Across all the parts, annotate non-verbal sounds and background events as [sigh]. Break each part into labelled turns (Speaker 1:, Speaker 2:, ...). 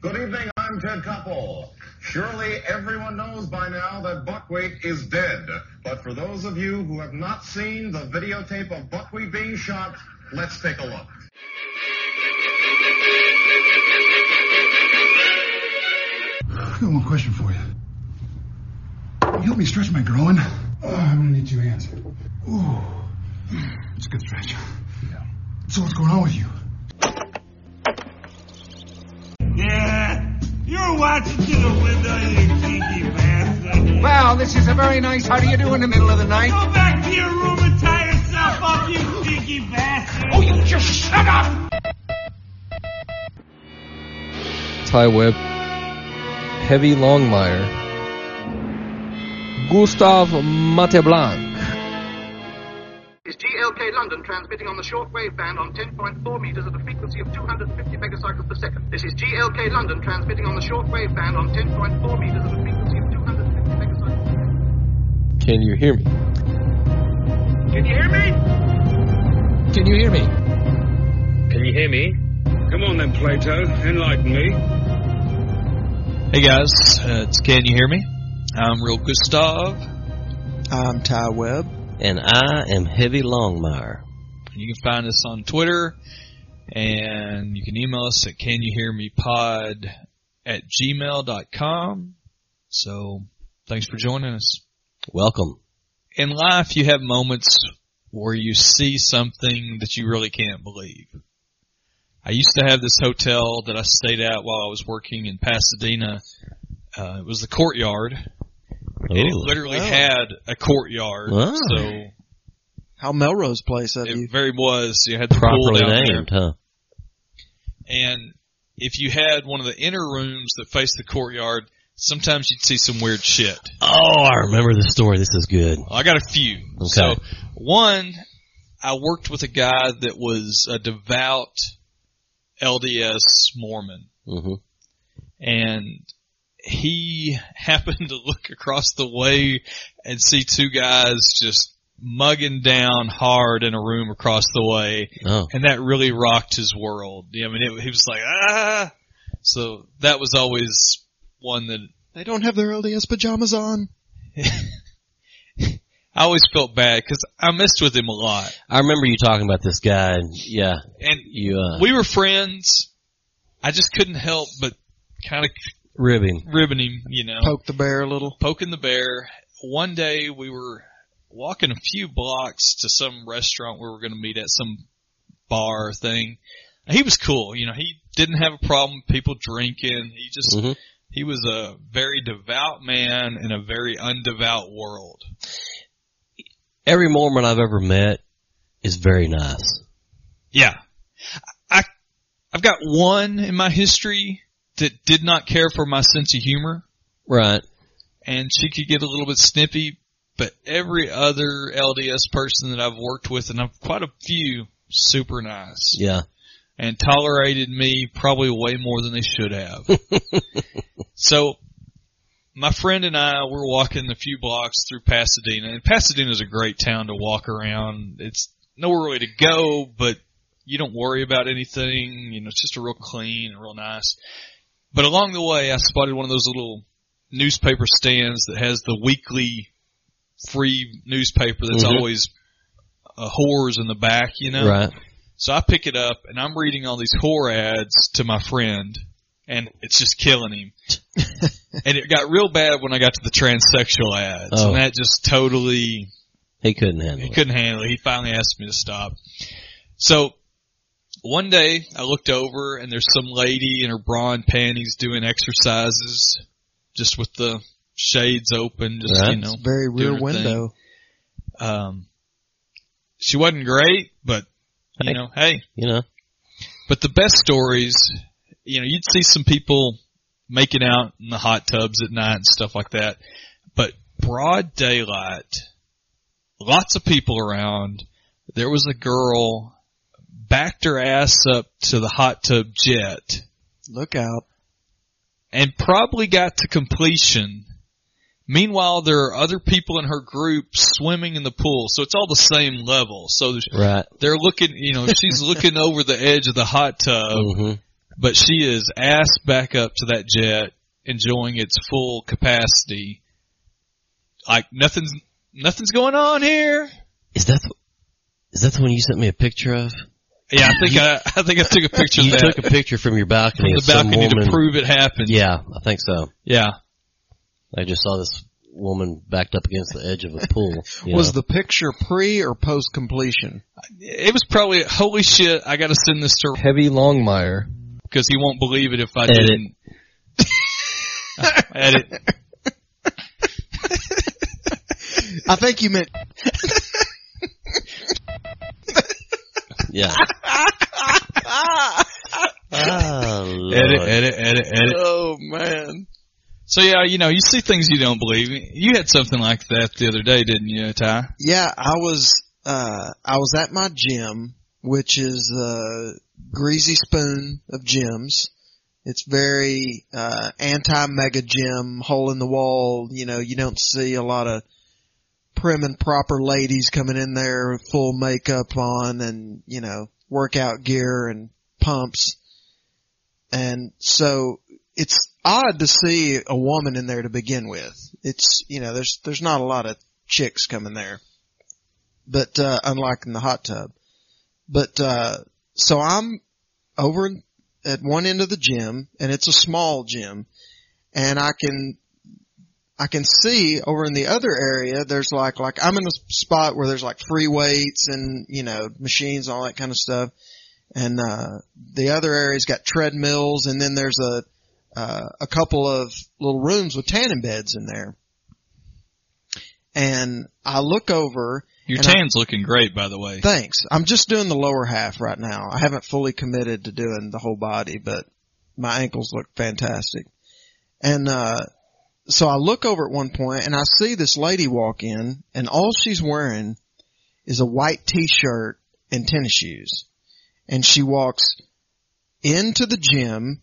Speaker 1: Good evening, I'm Ted Koppel. Surely everyone knows by now that buckwheat is dead. But for those of you who have not seen the videotape of buckwheat being shot, let's take a look.
Speaker 2: I got one question for you. Can you help me stretch my groin? Oh, I'm gonna need two hands. Ooh, it's a good stretch. Yeah. So what's going on with you?
Speaker 3: Yeah, you're watching through the window, you geeky bastard.
Speaker 4: Well, this is a very nice how do you do in the middle of the night.
Speaker 3: Go back to your room and tie yourself up, you geeky bastard.
Speaker 4: Oh, you just shut up!
Speaker 5: Ty Webb, Heavy Longmire, Gustav Mateblanc,
Speaker 6: is GLK London transmitting on the shortwave band on 10.4 meters at a frequency of 250 megacycles per second. This is GLK London transmitting on the shortwave band on 10.4 meters at a frequency of 250 megacycles per second.
Speaker 5: Can you hear me?
Speaker 6: Can you hear me?
Speaker 5: Can you hear me?
Speaker 7: Can you hear me?
Speaker 8: Come on then, Plato, enlighten me.
Speaker 9: Hey guys, uh, it's Can You Hear Me? I'm Real Gustav.
Speaker 10: I'm Ty Webb.
Speaker 11: And I am Heavy Longmire.
Speaker 9: You can find us on Twitter and you can email us at Can You Hear Me Pod at gmail.com. So thanks for joining us.
Speaker 11: Welcome.
Speaker 9: In life, you have moments where you see something that you really can't believe. I used to have this hotel that I stayed at while I was working in Pasadena. Uh, it was the courtyard, and it
Speaker 11: Ooh.
Speaker 9: literally
Speaker 10: Wow.
Speaker 9: had a courtyard.
Speaker 11: Wow.
Speaker 9: So
Speaker 10: How Melrose Place of you?
Speaker 9: it very was. You had the pool
Speaker 11: Properly
Speaker 9: down there.
Speaker 11: named, huh?
Speaker 9: And if you had one of the inner rooms that faced the courtyard, sometimes you'd see some weird shit.
Speaker 11: Oh, I remember the story. This is good.
Speaker 9: I got a few.
Speaker 11: Okay.
Speaker 9: So one, I worked with a guy that was a devout LDS Mormon,
Speaker 11: hmm
Speaker 9: and he [laughs] happened to look across the way and see two guys just mugging down hard in a room across the way
Speaker 11: Oh,
Speaker 9: and that really rocked his world. I mean, it, he was like, ah. So that was always one that
Speaker 10: They don't have their LDS pajamas on.
Speaker 9: [laughs] I always felt bad because I messed with him a lot,
Speaker 11: I remember you talking about this guy. And yeah,
Speaker 9: and
Speaker 11: you uh,
Speaker 9: we were friends. I just couldn't help but kind of
Speaker 11: ribbing.
Speaker 9: ribbing him, you know,
Speaker 10: Poke the bear a little.
Speaker 9: poking the bear. One day we were walking a few blocks to some restaurant we were going to meet at some bar thing. He was cool, you know. He didn't have a problem with people drinking. He just
Speaker 11: hmm
Speaker 9: He was a very devout man in a very undevout world.
Speaker 11: Every Mormon I've ever met is very nice.
Speaker 9: Yeah. I, I've got one in my history that did not care for my sense of humor,
Speaker 11: Right.
Speaker 9: and she could get a little bit snippy, but every other LDS person that I've worked with, and I've quite a few, super nice.
Speaker 11: Yeah.
Speaker 9: and tolerated me probably way more than they should have. so my friend and I were walking a few blocks through Pasadena, and Pasadena's a great town to walk around. It's nowhere really to go, but you don't worry about anything. You know, it's just a real clean and real nice. But along the way, I spotted one of those little newspaper stands that has the weekly free newspaper that's
Speaker 11: Mhm.
Speaker 9: always a whores in the back, you know?
Speaker 11: Right.
Speaker 9: So I pick it up and I'm reading all these whore ads to my friend and it's just killing
Speaker 11: [laughs]
Speaker 9: him. and it got real bad when I got to the transsexual ads
Speaker 11: Oh.
Speaker 9: and that just totally,
Speaker 11: He couldn't handle
Speaker 9: he
Speaker 11: it.
Speaker 9: couldn't handle it. He finally asked me to stop. So one day I looked over and there's some lady in her bra and panties doing exercises just with the shades open, just,
Speaker 11: Right.
Speaker 9: you know,
Speaker 10: It's very
Speaker 9: doing
Speaker 10: rear
Speaker 9: her thing.
Speaker 10: window.
Speaker 9: um, she wasn't great, but you
Speaker 11: Hey.
Speaker 9: know, hey,
Speaker 11: You know.
Speaker 9: But the best stories, you know, you'd see some people making out in the hot tubs at night and stuff like that. But broad daylight, lots of people around. There was a girl backed her ass up to the hot tub jet
Speaker 10: Look out.
Speaker 9: and probably got to completion. Meanwhile, there are other people in her group swimming in the pool, so it's all the same level. So there's-
Speaker 11: Right.
Speaker 9: Oh. they're looking, you know, she's looking over the edge of the hot tub
Speaker 11: hmm
Speaker 9: But she is ass back up to that jet, enjoying its full capacity. Like nothing's nothing's going on here.
Speaker 11: Is that the, is that the one you sent me a picture of?
Speaker 9: Yeah, I think I, I think I took a picture.
Speaker 11: you
Speaker 9: of that.
Speaker 11: took a picture from your balcony.
Speaker 9: From
Speaker 11: of
Speaker 9: the
Speaker 11: some
Speaker 9: balcony to
Speaker 11: woman.
Speaker 9: prove it happened.
Speaker 11: Yeah, I think so.
Speaker 9: Yeah.
Speaker 11: I just saw this woman backed up against the edge of a
Speaker 9: [laughs]
Speaker 11: pool. you
Speaker 10: Was
Speaker 11: know.
Speaker 10: the picture pre or post completion?
Speaker 9: It was probably holy shit. I got to send this to
Speaker 5: Heavy Longmire.
Speaker 9: because he won't believe it if I
Speaker 5: Edit.
Speaker 9: didn't. [laughs] Edit.
Speaker 10: I think you meant.
Speaker 9: [laughs]
Speaker 11: yeah. [laughs] Oh,
Speaker 9: Edit, edit, edit, edit.
Speaker 10: [laughs] Oh man.
Speaker 9: So yeah, you know, you see things you don't believe. You had something like that the other day, didn't you, Ty?
Speaker 10: Yeah, I was uh I was at my gym, which is the greasy spoon of gyms. It's very uh anti mega gym, hole in the wall, you know, you don't see a lot of prim and proper ladies coming in there full makeup on and, you know, workout gear and pumps. And so it's odd to see a woman in there to begin with. It's, you know, there's, there's not a lot of chicks coming there. But, uh, unlike in the hot tub. But, uh, so I'm over in- at one end of the gym and it's a small gym and I can, I can see over in the other area, there's like, like I'm in a spot where there's like free weights and, you know, machines, all that kind of stuff. And, uh, the other area's got treadmills and then there's a, uh, a couple of little rooms with tanning beds in there. And I look over.
Speaker 9: Your
Speaker 10: and I-
Speaker 9: tan's looking great, by the way.
Speaker 10: Thanks. I'm just doing the lower half right now. I haven't fully committed to doing the whole body, but my ankles look fantastic. And, uh, so I look over at one point and I see this lady walk in and all she's wearing is a white t-shirt and tennis shoes. And she walks into the gym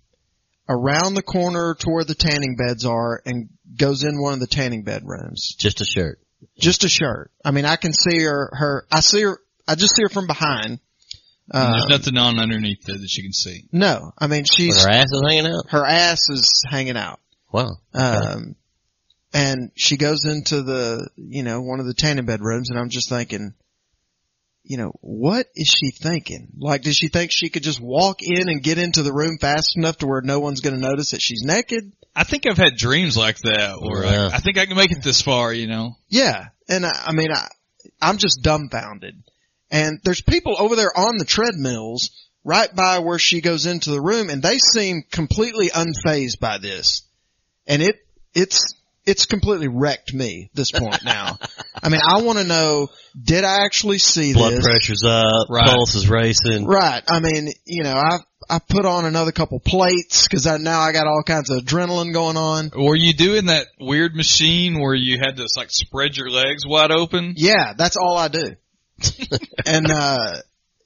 Speaker 10: around the corner to where the tanning beds are and goes in one of the tanning bed rooms.
Speaker 11: Just a shirt.
Speaker 10: Just a shirt. I mean, I can see her, her, I see her, I just see her from behind.
Speaker 9: And
Speaker 10: Uh,
Speaker 9: There's nothing on underneath there that you can see.
Speaker 10: no, I mean, she's,
Speaker 11: With her ass is hanging out.
Speaker 10: her ass is hanging out.
Speaker 11: Wow.
Speaker 9: Uh,
Speaker 10: Um, and she goes into the, you know, one of the tanning bed rooms and I'm just thinking, you know, what is she thinking? Like, does she think she could just walk in and get into the room fast enough to where no one's going to notice that she's naked?
Speaker 9: I think I've had dreams like that, or
Speaker 11: Yeah.
Speaker 9: I, I think I can make it this far. You know,
Speaker 10: Yeah, and I, I mean, I, I'm just dumbfounded. And there's people over there on the treadmills right by where she goes into the room, and they seem completely unfazed by this. And it it's it's completely wrecked me this point now. I mean, I want to know: Did I actually see
Speaker 11: Blood
Speaker 10: this?
Speaker 11: pressure's up.
Speaker 9: Right.
Speaker 11: Pulse is racing.
Speaker 10: Right. I mean, you know, I I put on another couple plates because I now I got all kinds of adrenaline going on.
Speaker 9: were you doing that weird machine where you had to like spread your legs wide open?
Speaker 10: Yeah, that's all I do. and uh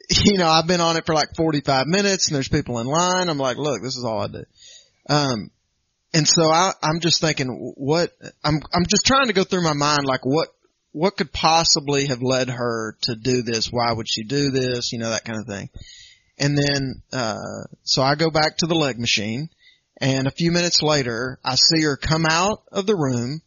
Speaker 10: you know, I've been on it for like 45 minutes and there's people in line. I'm like, look, this is all I do. Um and so I I'm just thinking what I'm I'm just trying to go through my mind like what what could possibly have led her to do this? Why would she do this? You know, that kind of thing. And then uh so I go back to the leg machine and a few minutes later I see her come out of the room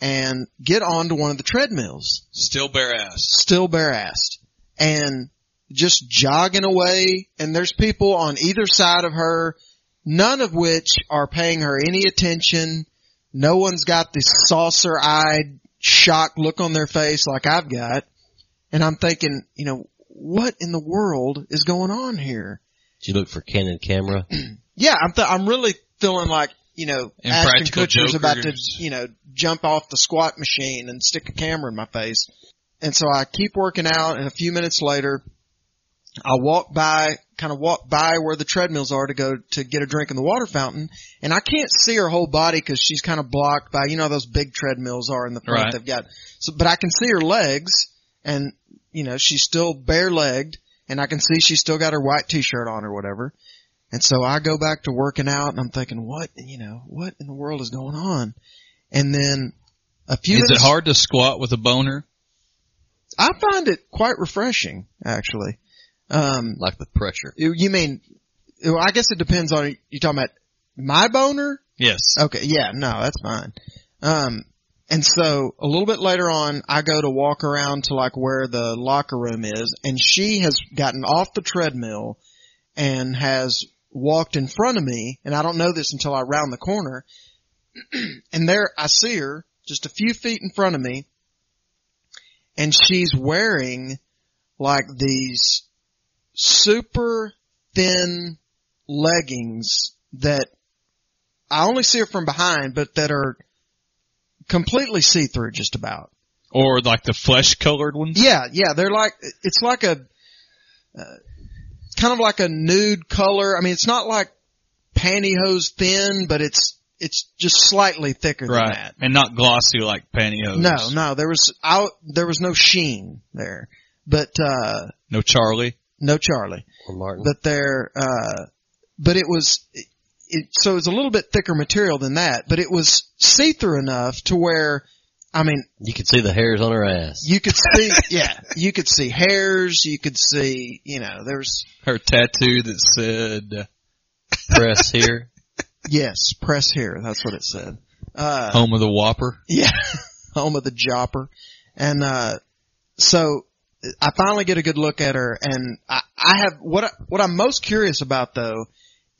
Speaker 10: and get onto one of the treadmills
Speaker 9: Still bare ass.
Speaker 10: still bare assed and just jogging away and there's people on either side of her, none of which are paying her any attention. No one's got this saucer eyed shocked look on their face like I've got. And I'm thinking, you know, what in the world is going on here?
Speaker 11: She looked for Canon camera.
Speaker 10: Yeah, I'm th- I'm really feeling like you know Ashton
Speaker 9: Impractical
Speaker 10: Kutcher's about to
Speaker 9: Jokers.
Speaker 10: you know jump off the squat machine and stick a camera in my face. And so I keep working out, and a few minutes later, I walk by, kind of walk by where the treadmills are to go to get a drink in the water fountain, and I can't see her whole body because she's kind of blocked by you know how those big treadmills are in the front
Speaker 9: Right.
Speaker 10: they've got. So, but I can see her legs, and you know she's still bare legged, and I can see she's still got her white t-shirt on or whatever. And so I go back to working out and I'm thinking, what, you know, what in the world is going on? And then a few
Speaker 9: Is it
Speaker 10: minutes,
Speaker 9: hard to squat with a boner?
Speaker 10: I find it quite refreshing, actually. Um,
Speaker 11: Like the pressure.
Speaker 10: you you mean well, I guess it depends on you talking about my boner.
Speaker 9: Yes.
Speaker 10: Okay. Yeah. No, that's fine. Um, and so a little bit later on, I go to walk around to like where the locker room is, and she has gotten off the treadmill and has walked in front of me, and I don't know this until I round the corner, [clears throat] and there I see her just a few feet in front of me, and she's wearing like these super thin leggings that I only see her from behind, but that are completely see through just about.
Speaker 9: Or like the flesh colored ones?
Speaker 10: Yeah, yeah, they're like, it's like a, uh, kind of like a nude color. I mean, it's not like pantyhose thin, but it's, it's just slightly thicker
Speaker 9: right.
Speaker 10: than that.
Speaker 9: And not glossy like pantyhose.
Speaker 10: No, no, there was, I, there was no sheen there, but, uh.
Speaker 9: No Charlie?
Speaker 10: No Charlie.
Speaker 11: Or Martin.
Speaker 10: But there, uh, but it was, it, so it's a little bit thicker material than that, but it was see through enough to where, I mean,
Speaker 11: you could see the hairs on her ass.
Speaker 9: [laughs]
Speaker 10: You could see, yeah, you could see hairs. You could see, you know, there's
Speaker 9: her tattoo that said uh,
Speaker 11: "press here."
Speaker 10: Yes, press here. That's what it said. Uh,
Speaker 9: home of the Whopper.
Speaker 10: Yeah, [laughs] home of the Jopper, and uh, so I finally get a good look at her, and I, I have what I, what I'm most curious about though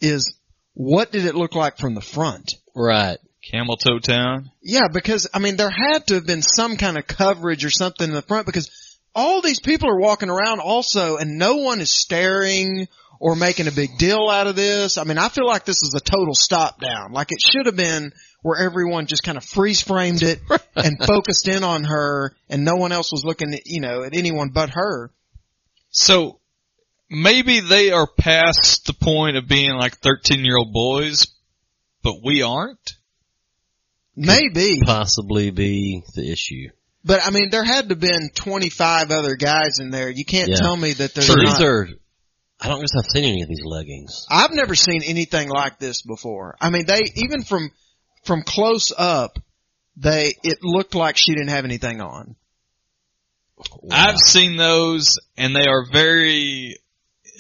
Speaker 10: is what did it look like from the front?
Speaker 11: Right.
Speaker 9: Camel Toe Town.
Speaker 10: Yeah, because I mean there had to have been some kind of coverage or something in the front because all these people are walking around also and no one is staring or making a big deal out of this. I mean, I feel like this is a total stop down. Like it should have been where everyone just kind of freeze framed
Speaker 11: [laughs]
Speaker 10: it and focused in on her and no one else was looking, at, you know, at anyone but her.
Speaker 9: So maybe they are past the point of being like 13 year old boys, but we aren't.
Speaker 10: Maybe.
Speaker 11: Could possibly be the issue.
Speaker 10: But I mean, there had to have been 25 other guys in there. You can't
Speaker 11: Yeah.
Speaker 10: tell me that there's
Speaker 11: Sure,
Speaker 10: not.
Speaker 11: these are. I don't guess I've seen any of these leggings.
Speaker 10: I've never seen anything like this before. I mean, they even from from close up, they it looked like she didn't have anything on.
Speaker 9: I've seen those, and they are very.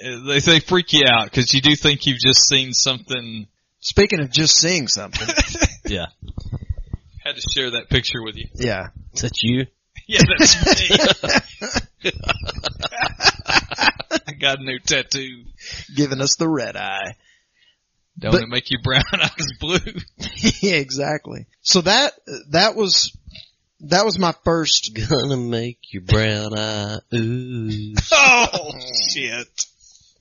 Speaker 9: They they freak you out because you do think you've just seen something.
Speaker 10: Speaking of just seeing
Speaker 9: [laughs]
Speaker 10: something,
Speaker 11: Yeah.
Speaker 9: Had to share that picture with you. [laughs]
Speaker 10: yeah,
Speaker 11: Is that you?
Speaker 9: Yeah, that's me. [laughs] I got a new tattoo.
Speaker 10: giving us the red eye. [laughs]
Speaker 9: Don't
Speaker 10: But-
Speaker 9: want to make your brown [laughs] eyes blue.
Speaker 10: yeah, exactly. So that that was that was my first
Speaker 11: Gonna make your brown eye ooze.
Speaker 9: oh shit!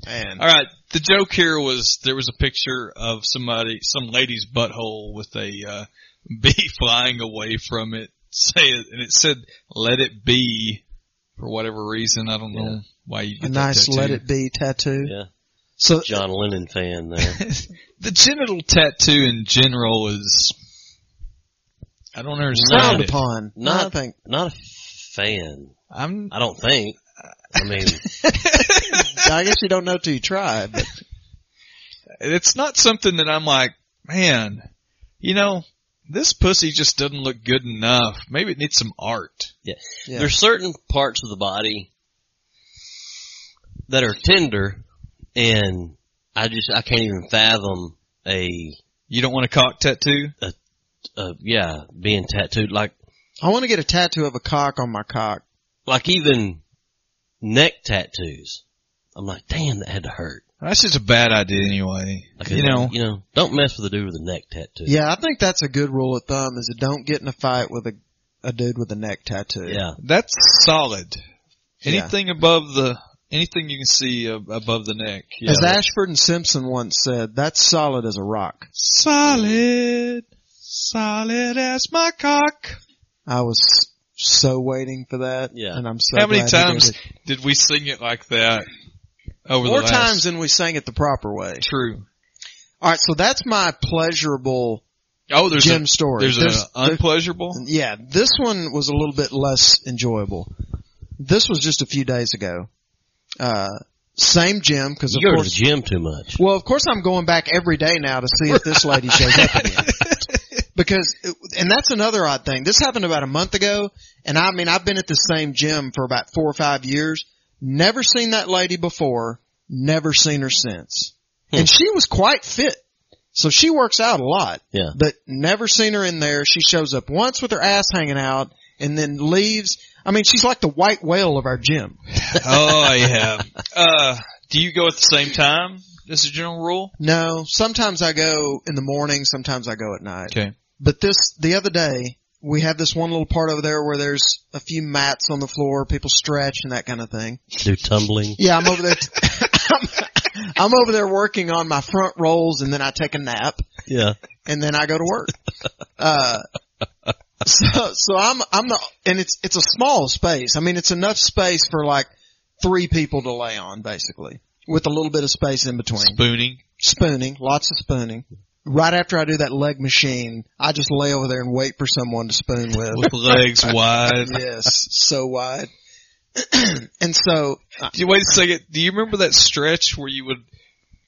Speaker 10: man.
Speaker 9: All right, the joke here was there was a picture of somebody, some lady's butthole with a uh, [laughs] bee flying away from it. Say it, and it said "Let it be" for whatever reason. I don't know why you
Speaker 10: A
Speaker 9: get that
Speaker 10: nice
Speaker 9: tattoo.
Speaker 10: let it be tattoo.
Speaker 11: Yeah.
Speaker 10: So
Speaker 11: John Lennon fan there.
Speaker 9: the genital tattoo in general is I don't understand
Speaker 10: frowned
Speaker 9: it.
Speaker 10: upon.
Speaker 11: Not-
Speaker 10: I think
Speaker 11: Not a fan.
Speaker 9: I'm
Speaker 11: I don't think. I mean,
Speaker 10: I guess you don't know till you try. But
Speaker 9: it's not something that I'm like, man, you know, this pussy just doesn't look good enough. Maybe it needs some art.
Speaker 10: yeah.
Speaker 11: there's certain parts of the body that are tender, and I just I can't even fathom a
Speaker 9: You don't want a cock tattoo?
Speaker 11: uh, yeah being tattooed like
Speaker 10: I want to get a tattoo of a cock on my cock.
Speaker 11: like even neck tattoos. I'm like, damn, that had to hurt.
Speaker 9: That's just a bad idea anyway.
Speaker 11: Like,
Speaker 9: you know,
Speaker 11: you know, don't mess with the dude with a neck tattoo.
Speaker 10: Yeah, I think that's a good rule of thumb is to don't get in a fight with a a dude with a neck tattoo.
Speaker 11: yeah.
Speaker 9: that's solid.
Speaker 10: Yeah.
Speaker 9: Anything above the, anything you can see ab- above the neck. Yeah.
Speaker 10: As Ashford and Simpson once said, that's solid as a rock.
Speaker 9: solid, solid as my cock.
Speaker 10: I was so waiting for that.
Speaker 11: Yeah.
Speaker 10: And I'm so
Speaker 9: How many
Speaker 10: glad he did
Speaker 9: times
Speaker 10: it.
Speaker 9: did we sing it like that? Over
Speaker 10: More
Speaker 9: the last,
Speaker 10: times than we sang it the proper way.
Speaker 9: True.
Speaker 10: All right, so that's my pleasurable
Speaker 9: Oh, there's
Speaker 10: Jim
Speaker 9: a,
Speaker 10: story.
Speaker 9: There's,
Speaker 10: There's- [laughs]
Speaker 9: an unpleasurable.
Speaker 10: Yeah, this one was a little bit less enjoyable. This was just a few days ago. Uh, same gym because of
Speaker 11: You go to the
Speaker 10: course
Speaker 11: gym too much.
Speaker 10: Well, of course, I'm going back every day now to see if this lady shows up again. Because, and that's another odd thing. This happened about a month ago, and I mean, I've been at the same gym for about four or five years. Never seen that lady before. Never seen her since. And she was quite fit. So she works out a lot.
Speaker 11: Yeah.
Speaker 10: But never seen her in there. She shows up once with her ass hanging out and then leaves. I mean, she's like the white whale of our gym.
Speaker 9: oh yeah. Uh, do you go at the same time? This is a general rule.
Speaker 10: No, sometimes I go in the morning, sometimes I go at night.
Speaker 9: Okay.
Speaker 10: But this, the other day, we have this one little part over there where there's a few mats on the floor, people stretch and that kind of thing.
Speaker 11: Do tumbling.
Speaker 10: Yeah, I'm over there. I'm, [laughs] I'm over there working on my front rolls and then I take a nap
Speaker 11: Yeah.
Speaker 10: and then I go to work. Uh, so, so I'm, I'm the, and it's, it's a small space. I mean, it's enough space for like three people to lay on basically with a little bit of space in between.
Speaker 9: Spooning.
Speaker 10: Spooning, lots of spooning. Right after I do that leg machine, I just lay over there and wait for someone to spoon with.
Speaker 9: With legs wide.
Speaker 10: [laughs] yes, so wide. [clears throat] and so, uh,
Speaker 9: Do you, wait a second. Do you remember that stretch where you would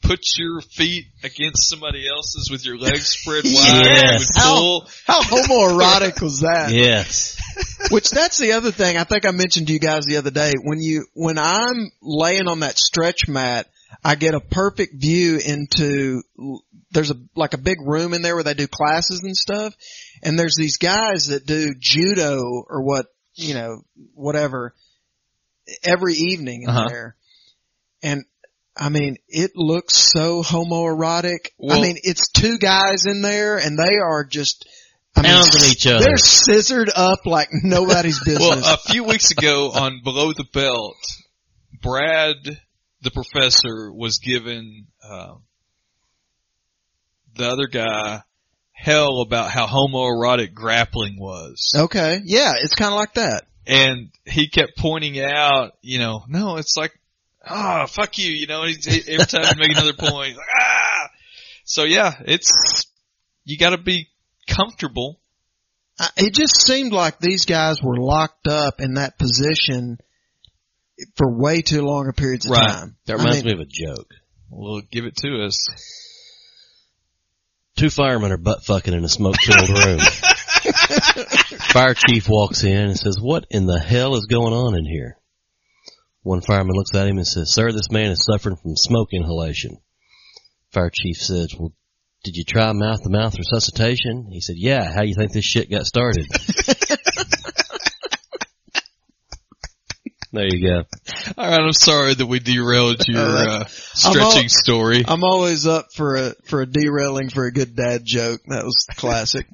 Speaker 9: put your feet against somebody else's with your legs spread wide and
Speaker 11: Yes.
Speaker 9: would pull?
Speaker 10: how homoerotic was that?
Speaker 11: Yes.
Speaker 10: Which that's the other thing I think I mentioned to you guys the other day. When you when I'm laying on that stretch mat, I get a perfect view into there's a like a big room in there where they do classes and stuff, and there's these guys that do judo or what you know whatever every evening in
Speaker 9: Uh-huh.
Speaker 10: there, and. I mean, it looks so homoerotic. I
Speaker 9: Well-
Speaker 10: mean, it's two guys in there and they are just, I mean,
Speaker 11: Pounding each other.
Speaker 10: They're scissored up like nobody's business.
Speaker 9: Well, uh, a few weeks ago on Below the Belt, Brad the professor was giving uh, the other guy hell about how homoerotic grappling was.
Speaker 10: okay, yeah, it's kind of like that.
Speaker 9: and he kept pointing out, you know, no, it's like, ah, fuck you, you know, and he's, every time you make another point, he's like, ah. So yeah, it's, you gotta be comfortable.
Speaker 10: I, it just seemed like these guys were locked up in that position for way too long a periods of
Speaker 9: Right.
Speaker 10: time.
Speaker 11: That
Speaker 10: I
Speaker 11: reminds
Speaker 10: mean,
Speaker 11: me of a joke.
Speaker 9: Well, give it to us.
Speaker 11: Two firemen are butt fucking in a smoke filled room. Fire chief walks in and says, What in the hell is going on in here? One fireman looks at him and says, Sir, this man is suffering from smoke inhalation. Fire chief says, Well, did you try mouth to mouth resuscitation? He said, Yeah, how do you think this shit got started? there you go. [laughs]
Speaker 9: Alright, I'm sorry that we derailed [laughs] your, uh, stretching
Speaker 10: I'm all-
Speaker 9: story.
Speaker 10: I'm always up for a for a derailing for a good dad joke. That was classic.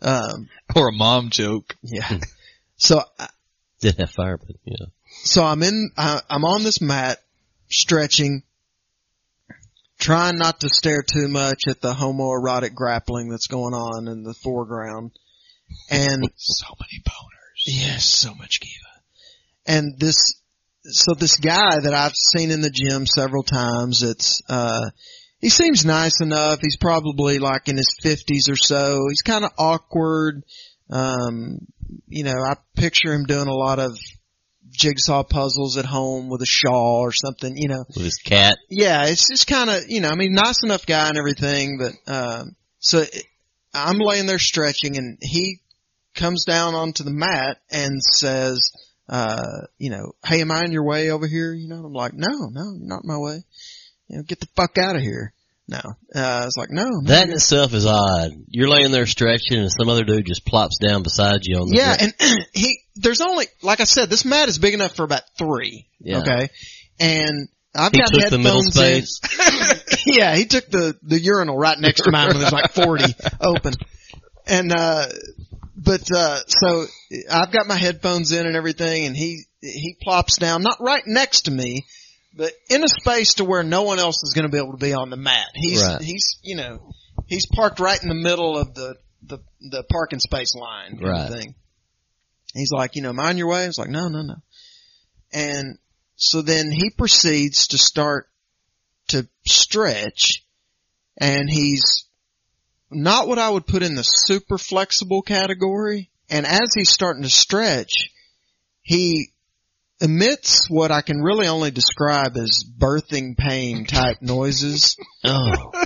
Speaker 10: um,
Speaker 9: or a mom joke.
Speaker 10: yeah. So
Speaker 11: Did have firemen, yeah.
Speaker 10: so I'm in, I, I'm on this mat, stretching, trying not to stare too much at the homoerotic grappling that's going on in the foreground. And
Speaker 9: So many boners.
Speaker 10: Yes, so much Kiva. And this, so this guy that I've seen in the gym several times, it's, uh, he seems nice enough. He's probably like in his fifties or so. He's kind of awkward. Um, you know, I picture him doing a lot of jigsaw puzzles at home with a shawl or something, you know
Speaker 11: With his cat.
Speaker 10: yeah, it's just kind of you know, I mean, nice enough guy and everything, but um, so it- I'm laying there stretching, and he comes down onto the mat and says, uh, you know, hey, am I in your way over here? You know, I'm like, no, no, you're not in my way. You know, get the fuck out of here. No, uh, I was like, no, I'm not
Speaker 11: That in itself is odd. You're laying there stretching and some other dude just plops down beside you on the
Speaker 10: Yeah, and [clears throat] he there's only like I said, this mat is big enough for about three.
Speaker 11: Yeah.
Speaker 10: Okay, and I've
Speaker 11: He
Speaker 10: got
Speaker 11: took the middle
Speaker 10: headphones in. [laughs] yeah, he took the the urinal right next to mine when there's like forty
Speaker 11: [laughs]
Speaker 10: open, and uh, but uh, so I've got my headphones in and everything, and he he plops down, not right next to me. But in a space to where no one else is going to be able to be on the mat. He's
Speaker 11: Right.
Speaker 10: he's you know he's parked right in the middle of the the the parking space line kind of
Speaker 11: Right.
Speaker 10: thing. He's like, you know, mind your way. I was like, no, no, no. And so then he proceeds to start to stretch, and he's not what I would put in the super flexible category. And as he's starting to stretch, he emits what I can really only describe as birthing pain type [laughs] noises
Speaker 11: Oh.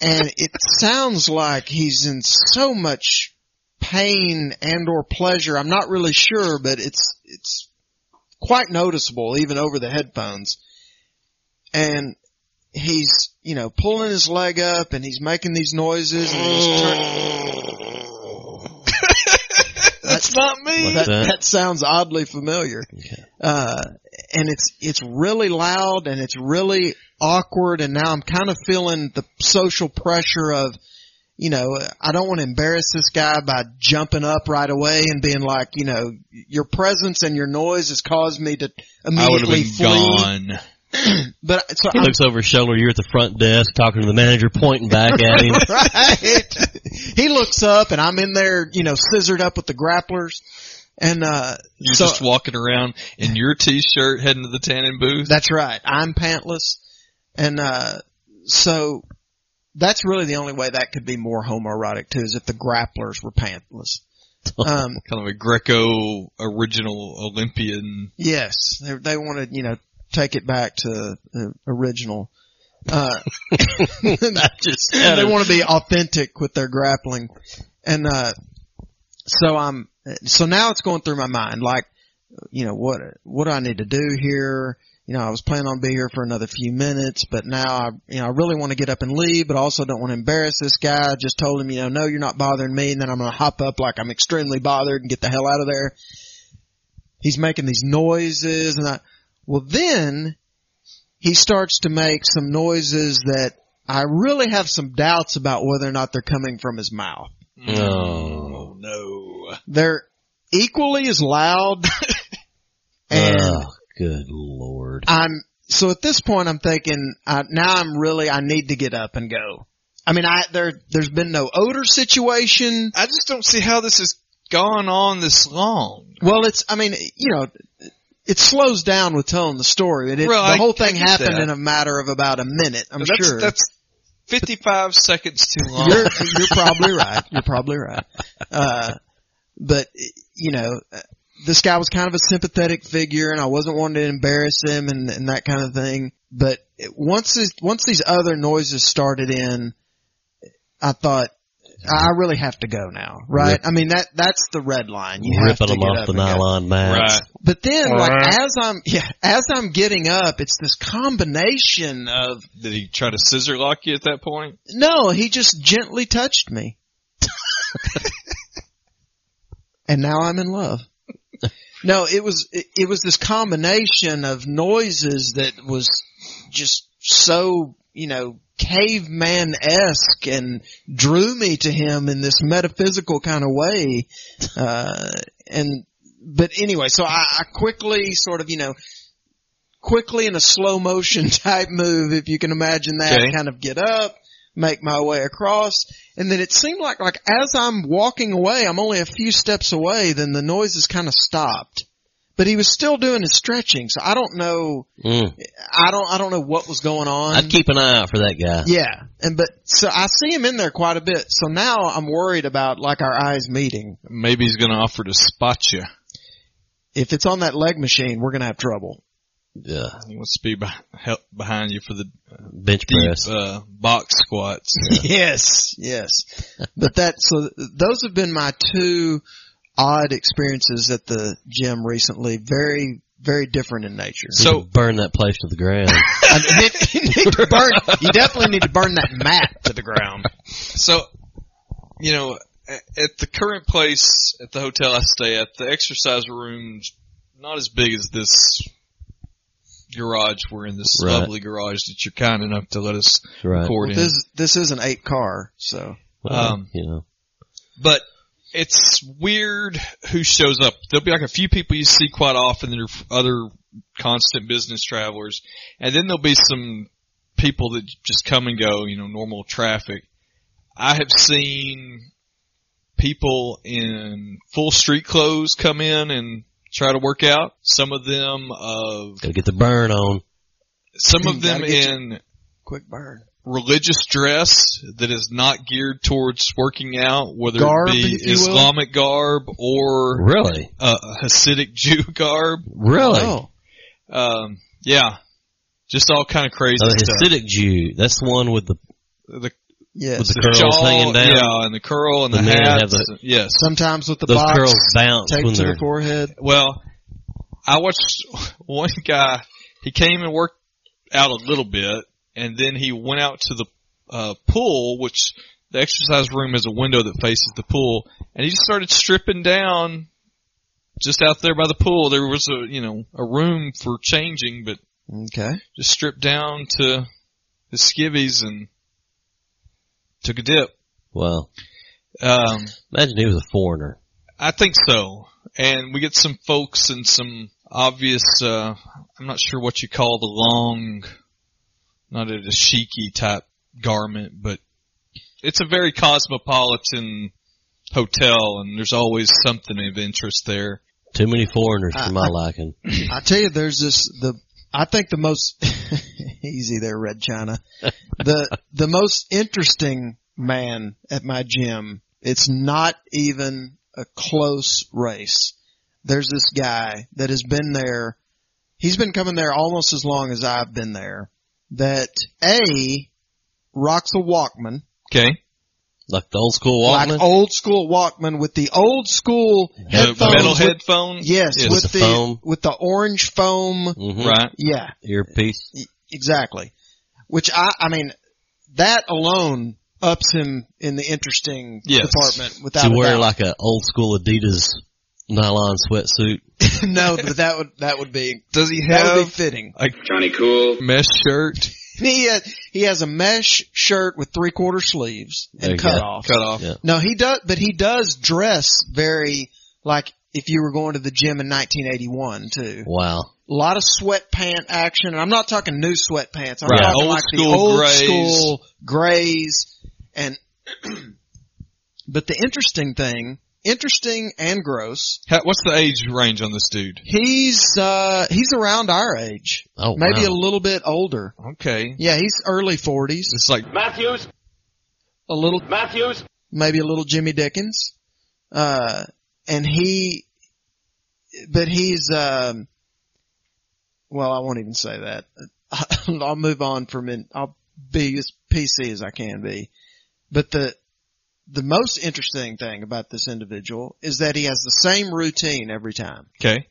Speaker 10: and it sounds like he's in so much pain and or pleasure. I'm not really sure, but it's it's quite noticeable even over the headphones. And he's you know pulling his leg up and he's making these noises and he's turning.
Speaker 9: [laughs] That's not me.
Speaker 10: That, [laughs] that sounds oddly familiar. Uh, and it's it's really loud and it's really awkward. And now I'm kind of feeling the social pressure of, you know, I don't want to embarrass this guy by jumping up right away and being like, you know, your presence and your noise has caused me to
Speaker 9: I would have
Speaker 10: immediately
Speaker 9: been
Speaker 10: flee.
Speaker 9: gone.
Speaker 10: But so
Speaker 11: He
Speaker 10: I'm
Speaker 11: looks over his shoulder. You're at the front desk talking to the manager, pointing back
Speaker 10: [laughs]
Speaker 11: at him.
Speaker 10: [laughs]
Speaker 11: [laughs]
Speaker 10: right. He looks up and I'm in there, you know, scissored up with the grapplers. And, uh,
Speaker 9: You're
Speaker 10: so
Speaker 9: just walking around in your t-shirt heading to the tanning booth.
Speaker 10: that's right. I'm pantless. And, uh, so that's really the only way that could be more homoerotic too is if the grapplers were pantless. Um,
Speaker 9: kind of a Greco original Olympian.
Speaker 10: yes, they, they wanted, you know, take it back to the original. Uh,
Speaker 11: just
Speaker 10: And they want to be authentic with their grappling. And, uh, so I'm, so now it's going through my mind, like, you know, what, what do I need to do here? You know, I was planning on being here for another few minutes, but now I, you know, I really want to get up and leave, but I also don't want to embarrass this guy. I just told him, you know, no, you're not bothering me. And then I'm going to hop up like I'm extremely bothered and get the hell out of there. He's making these noises and I, well then he starts to make some noises that I really have some doubts about whether or not they're coming from his mouth.
Speaker 11: Oh.
Speaker 9: No.
Speaker 10: They're equally as loud [laughs] and
Speaker 11: Oh, good lord.
Speaker 10: I'm so at this point I'm thinking uh, now I'm really I need to get up and go. I mean I there there's been no odor situation.
Speaker 9: I just don't see how this has gone on this long.
Speaker 10: Well, it's I mean you know it slows down with telling the story. It, it-
Speaker 9: Well,
Speaker 10: the
Speaker 9: I-
Speaker 10: whole
Speaker 9: I
Speaker 10: thing
Speaker 9: get
Speaker 10: happened
Speaker 9: that.
Speaker 10: in a matter of about a minute. I'm
Speaker 9: that's,
Speaker 10: sure
Speaker 9: that's 55 seconds too long.
Speaker 10: you're you're probably right. You're probably right. Uh, but you know, this guy was kind of a sympathetic figure, and I wasn't wanting to embarrass him and, and that kind of thing. But it- once this, once these other noises started in, I thought I I really have to go now, right? I mean that that's the red line. You have
Speaker 11: Ripping
Speaker 10: to
Speaker 11: them
Speaker 10: get
Speaker 11: off
Speaker 10: up
Speaker 11: the
Speaker 10: and go.
Speaker 11: nylon mats.
Speaker 9: right.
Speaker 10: But then, like
Speaker 9: Right.
Speaker 10: as I'm [laughs] yeah, as I'm getting up, it's this combination of
Speaker 9: Uh, Did he try to scissor lock you at that point?
Speaker 10: no, he just gently touched me. [laughs] and now I'm in love. No, it was it, it was this combination of noises that was just so, you know, caveman esque and drew me to him in this metaphysical kind of way. Uh and but anyway, so I, I quickly sort of, you know, quickly in a slow motion [laughs] type move, if you can imagine that,
Speaker 9: Okay.
Speaker 10: kind of get up, make my way across, and then it seemed like, like as I'm walking away, I'm only a few steps away, then the noises kind of stopped. But he was still doing his stretching, so I don't know,
Speaker 11: Mm.
Speaker 10: I don't, I don't know what was going on.
Speaker 11: I'd keep an eye out for that guy.
Speaker 10: Yeah, and but so I see him in there quite a bit. So now I'm worried about like our eyes meeting.
Speaker 9: Maybe he's going to offer to spot you.
Speaker 10: If it's on that leg machine, we're gonna have
Speaker 11: [laughs]
Speaker 10: trouble.
Speaker 11: Yeah.
Speaker 9: He wants to be beh- help behind you for the
Speaker 11: Bench
Speaker 9: deep
Speaker 11: press.
Speaker 9: uh, box squats.
Speaker 10: yes, yes. But that so th- those have been my two odd experiences at the gym recently. Very, very different in
Speaker 11: [laughs]
Speaker 10: nature.
Speaker 11: We
Speaker 9: So-
Speaker 11: could burn that place to
Speaker 10: [laughs]
Speaker 11: the ground.
Speaker 10: I mean, you need to burn. You definitely need to burn that mat to the
Speaker 11: [laughs]
Speaker 10: ground.
Speaker 9: So, you know, a- at the current place at the hotel I stay at, the exercise room's not as big as this garage we're in. This
Speaker 11: Right.
Speaker 9: lovely garage that you're kind enough to let us
Speaker 11: right.
Speaker 9: record
Speaker 10: Well,
Speaker 9: in.
Speaker 10: this this is an eight car, so
Speaker 11: Well,
Speaker 9: um,
Speaker 11: you know.
Speaker 9: but it's weird who shows up. There'll be like a few people you see quite often that are other constant business travelers, and then there'll be some people that just come and go, you know, normal traffic. I have seen people in full street clothes come in and try to work out. Some of them of
Speaker 11: Gotta get the burn on.
Speaker 9: some of them
Speaker 10: Hmm, Gotta get
Speaker 9: in
Speaker 10: quick burn.
Speaker 9: religious dress that is not geared towards working out, whether
Speaker 10: Garb,
Speaker 9: it be
Speaker 10: if you will.
Speaker 9: Islamic garb or
Speaker 11: Really?
Speaker 9: uh, Hasidic [laughs] Jew garb.
Speaker 11: Really?
Speaker 10: Oh,
Speaker 9: Um, yeah, just all kind of crazy
Speaker 11: Oh, the
Speaker 9: stuff.
Speaker 11: Hasidic Jew. That's the one with the
Speaker 9: The,
Speaker 10: yes.
Speaker 11: with the curls
Speaker 9: shawl,
Speaker 11: hanging down.
Speaker 9: yeah, and the curl and
Speaker 11: The
Speaker 9: the,
Speaker 11: men
Speaker 9: hat.
Speaker 11: have the-
Speaker 9: yes.
Speaker 10: Sometimes with the
Speaker 11: Those
Speaker 10: box
Speaker 11: curls bounce when
Speaker 10: taped to
Speaker 11: they're
Speaker 10: the forehead.
Speaker 9: Well, [laughs] I watched one guy. He came and worked out a little bit, and then he went out to the uh, pool, which the exercise room has a window that faces the pool, and he just started stripping down. Just out there by the pool, there was a you know a room for changing, but
Speaker 10: Okay.
Speaker 9: just stripped down to his skivvies and took a dip.
Speaker 11: Wow.
Speaker 9: Um,
Speaker 11: Imagine he was a foreigner.
Speaker 9: I think so. And we get some folks and some obvious, uh, I'm not sure what you call the long, not a dashiki type garment, but it's a very cosmopolitan hotel and there's always something of interest there.
Speaker 11: Too many foreigners
Speaker 10: [laughs]
Speaker 11: for my liking.
Speaker 10: I tell you, there's this the I think the most [laughs] easy there, Red China. The the most interesting man at my gym. It's not even a close race. There's this guy that has been there. He's been coming there almost as long as I've been there. That a rocks a Walkman.
Speaker 9: Okay.
Speaker 11: Like the old school Walkman?
Speaker 10: Like old school Walkman with the old school
Speaker 9: The
Speaker 10: headphones
Speaker 9: metal
Speaker 10: with-
Speaker 9: headphones?
Speaker 10: Yes,
Speaker 9: Yes.
Speaker 10: with
Speaker 11: With
Speaker 10: the,
Speaker 11: the foam.
Speaker 10: with the orange foam.
Speaker 11: Mhm.
Speaker 9: Right.
Speaker 10: Yeah,
Speaker 11: Earpiece.
Speaker 10: e- exactly. Which I, I mean, that alone ups him in the interesting
Speaker 9: Yes.
Speaker 10: department. Without
Speaker 11: To
Speaker 10: a
Speaker 11: wear
Speaker 10: doubt.
Speaker 11: like a old school Adidas nylon sweatsuit.
Speaker 10: [laughs] no, but that would that would
Speaker 11: [laughs]
Speaker 10: be
Speaker 9: Does he
Speaker 10: that would be
Speaker 9: have
Speaker 10: fitting.
Speaker 9: a
Speaker 7: Johnny Cool.
Speaker 9: mesh shirt
Speaker 10: He has, he has a mesh shirt with three quarter sleeves
Speaker 11: There you
Speaker 10: and cut
Speaker 11: go.
Speaker 10: off.
Speaker 9: cut off?
Speaker 11: Yeah.
Speaker 10: No, he does, but he does dress very like if you were going to the gym in 1981 too.
Speaker 11: Wow.
Speaker 10: a lot of sweatpant action, and I'm not talking new sweatpants. I'm
Speaker 9: Right.
Speaker 10: talking
Speaker 9: Old
Speaker 10: like
Speaker 9: school
Speaker 10: the old
Speaker 9: grays.
Speaker 10: school grays. And [clears throat] but the interesting thing, interesting and gross,
Speaker 9: How, what's the age range on this dude?
Speaker 10: he's uh he's around our age,
Speaker 11: Oh,
Speaker 10: maybe a
Speaker 11: wow.
Speaker 10: little bit older.
Speaker 9: Okay.
Speaker 10: Yeah, he's early 40s,
Speaker 9: It's like
Speaker 7: Matthews.
Speaker 10: a little
Speaker 7: Matthews.
Speaker 10: maybe a little Jimmy Dickens. Uh, and he, but he's, um, well, I won't even say that. [laughs] I'll move on from it. I'll be as PC as I can be. But the, the most interesting thing about this individual is that he has the same routine every time
Speaker 9: okay,